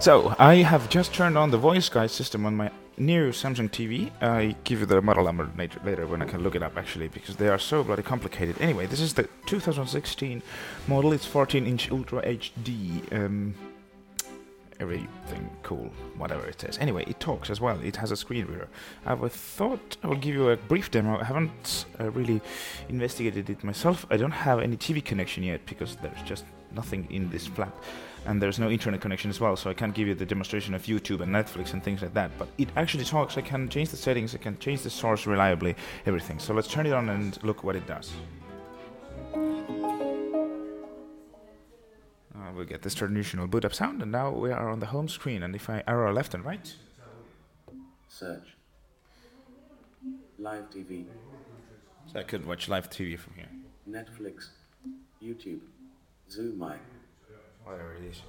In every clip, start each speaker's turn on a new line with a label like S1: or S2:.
S1: So I have just turned on the voice guide system on my new Samsung TV. I give you the model number later, later when I can look it up actually because they are so bloody complicated. Anyway, this is the 2016 model. It's 14-inch Ultra HD. Um, everything cool, whatever it says. Anyway, it talks as well. It has a screen reader. I would- thought I will give you a brief demo. I haven't uh, really investigated it myself. I don't have any TV connection yet because there's just nothing in this flap, and there's no internet connection as well. So I can't give you the demonstration of YouTube and Netflix and things like that. But it actually talks. I can change the settings. I can change the source reliably. Everything. So let's turn it on and look what it does. Uh, we'll get this traditional boot up sound, and now we are on the home screen. And if I arrow left and right,
S2: Search. Live TV.
S1: so I could watch live TV from here.
S2: Netflix. YouTube. Zoomai.
S1: Whatever it is.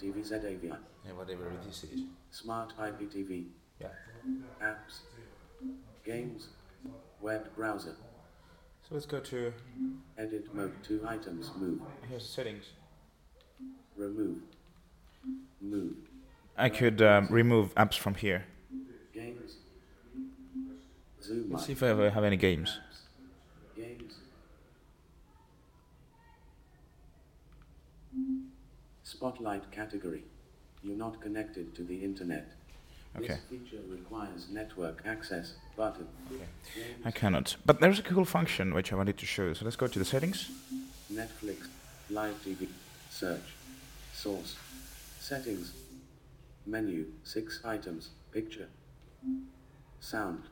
S2: TV Zadavia.
S1: Yeah, whatever it is. it is.
S2: Smart IPTV.
S1: Yeah.
S2: Apps. Games. Web browser.
S1: So let's go to
S2: Edit mode. Two items. Move.
S1: here's settings.
S2: Remove. Move.
S1: I could um, remove apps from here.
S2: Games.
S1: Let's see
S2: Zoomai.
S1: if I ever have any games.
S2: Games. Spotlight category. You're not connected to the internet.
S1: Okay.
S2: This feature requires network access button.
S1: I cannot. But there's a cool function which I wanted to show you. So let's go to the settings.
S2: Netflix, live TV, search, source, settings, menu, six items, picture, sound,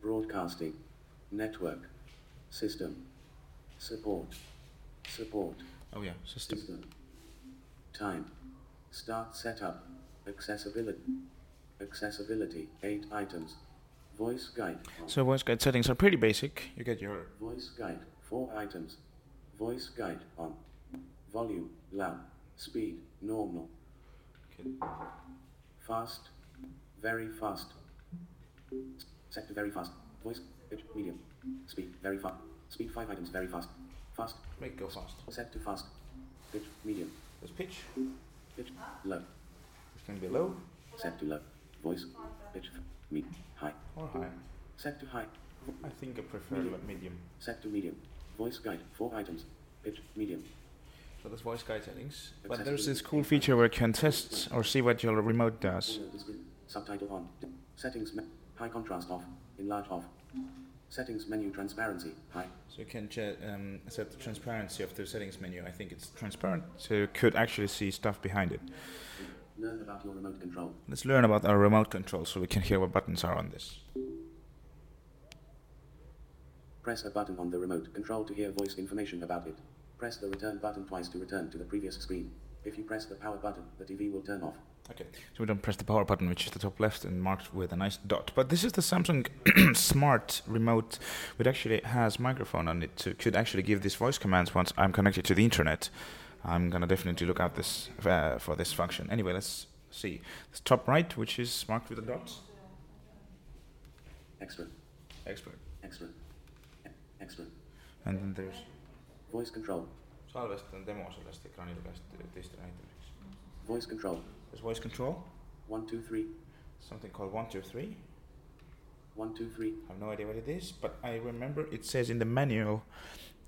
S2: broadcasting, network, system, support, support,
S1: Oh yeah, system.
S2: system, time, start setup, accessibility, accessibility, eight items, voice guide.
S1: So voice guide settings are pretty basic. You get your
S2: Voice guide, four items. Voice guide on. Volume, loud, speed, normal. Fast, very fast. Set to very fast. Voice, pitch, medium. Speed, very fast. Speed, five items, very fast. Fast,
S1: make go fast.
S2: set to fast. Pitch, medium.
S1: There's pitch,
S2: Pitch, low.
S1: which can be low
S2: Set to low. Voice, pitch, mid, high.
S1: or high.
S2: Set to high.
S1: I think I prefer like medium.
S2: Set to medium. Voice guide, four items. Pitch, medium.
S1: So there's voice guide settings. But there's this cool feature where you can test or see what your remote does.
S2: Subtitle on. Settings. Me- high contrast off. Enlarge off. Settings menu transparency. High.
S1: So you can che- um, set the transparency of the settings menu. I think it's transparent, so you could actually see stuff behind it.
S2: Learn about your remote control.
S1: Let's learn about our remote control so we can hear what buttons are on this.
S2: Press a button on the remote control to hear voice information about it. Press the return button twice to return to the previous screen. If you press the power button, the TV will turn off.
S1: Okay. So we don't press the power button, which is the top left and marked with a nice dot. But this is the Samsung Smart Remote, which actually has microphone on it, so it could actually give these voice commands once I'm connected to the internet. I'm gonna definitely look out this uh, for this function. Anyway, let's see. This top right, which is marked with a dot.
S2: Extra.
S1: Expert.
S2: Extra. E- Extra.
S1: And then there's
S2: Voice control.
S1: salvesta demosalvesta ekraanilugeista teiste näitamiseks.
S2: Voice control.
S1: There's voice control,
S2: One two three.
S1: something called 123.
S2: One two three.
S1: I have no idea what it is, but I remember it says in the manual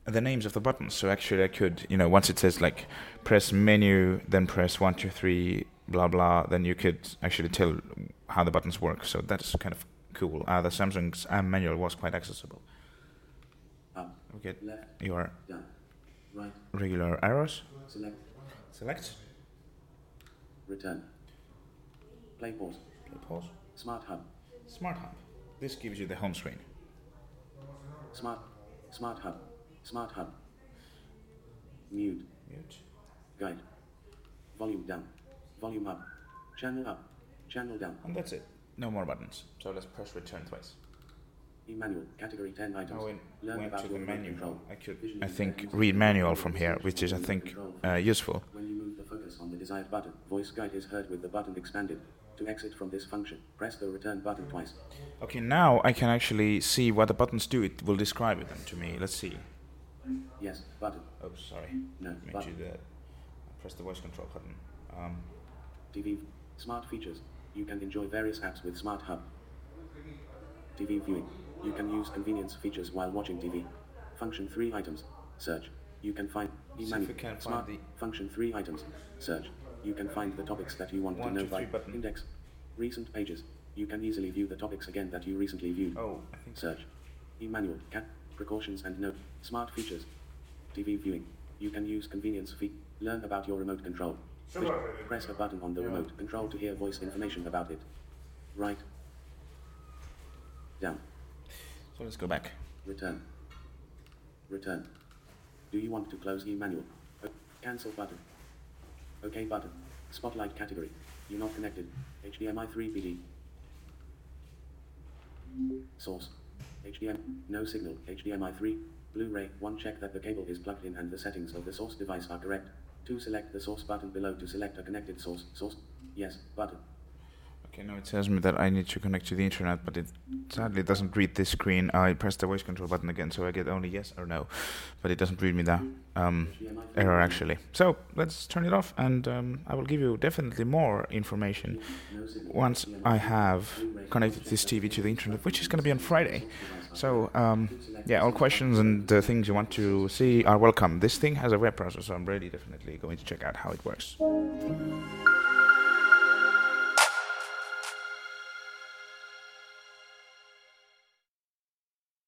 S1: the names of the buttons. So actually, I could, you know, once it says like press menu, then press 123, blah blah, then you could actually tell how the buttons work. So that's kind of cool. Uh, the Samsung's uh, manual was quite accessible.
S2: Up.
S1: We get
S2: Left.
S1: your
S2: Down. Right.
S1: regular arrows.
S2: Select.
S1: Select.
S2: Return. Play pause.
S1: Pause.
S2: Smart hub.
S1: Smart Hub. This gives you the home screen.
S2: Smart, smart hub, smart hub. Mute,
S1: Mute.
S2: guide. Volume down, volume up, channel up, channel down.
S1: And that's it. No more buttons. So let's press return twice.
S2: Manual, category 10 items.
S1: I went,
S2: Learn
S1: went
S2: about
S1: to the
S2: your remote
S1: menu.
S2: control.
S1: I could,
S2: Visually
S1: I think,
S2: effective.
S1: read manual from here, which is, I think, uh, useful.
S2: When you move the focus on the desired button, voice guide is heard with the button expanded. To exit from this function, press the return button twice.
S1: Okay, now I can actually see what the buttons do. It will describe them to me. Let's see.
S2: Yes, button,
S1: Oh, sorry.
S2: no,
S1: Made you
S2: button,
S1: that. Press the voice control button. Um,
S2: TV. Smart features. You can enjoy various apps with Smart Hub. TV viewing. You can use convenience features while watching TV. Function 3 items. Search. You can find
S1: See if
S2: menu.
S1: we can find
S2: Smart
S1: the-
S2: function 3 items. Search. You can find the topics that you want
S1: One,
S2: to know
S1: two,
S2: by
S1: three button.
S2: index. Recent pages. You can easily view the topics again that you recently viewed.
S1: oh, I think so.
S2: Search. Emmanuel, cat, precautions and note. Smart features. TV viewing. You can use convenience fee. Learn about your remote control. Push- press a button on the remote control to hear voice information about it. Right. Down.
S1: So let's go back.
S2: Return. Return. Do you want to close Emmanuel? O- cancel button. OK button. Spotlight category. You're not connected. HDMI 3PD. Source. HDMI. No signal. HDMI 3. Blu-ray. 1. Check that the cable is plugged in and the settings of the source device are correct. 2. Select the source button below to select a connected source. Source. Yes. Button.
S1: Okay, now it tells me that I need to connect to the internet, but it sadly doesn't read this screen. I press the voice control button again, so I get only yes or no, but it doesn't read me that um, error actually. So let's turn it off, and um, I will give you definitely more information
S2: No signal.
S1: once I have connected this TV to the internet, which is going to be on Friday. So, um, yeah, all questions and uh, things you want to see are welcome. This thing has a web browser, so I'm really definitely going to check out how it works.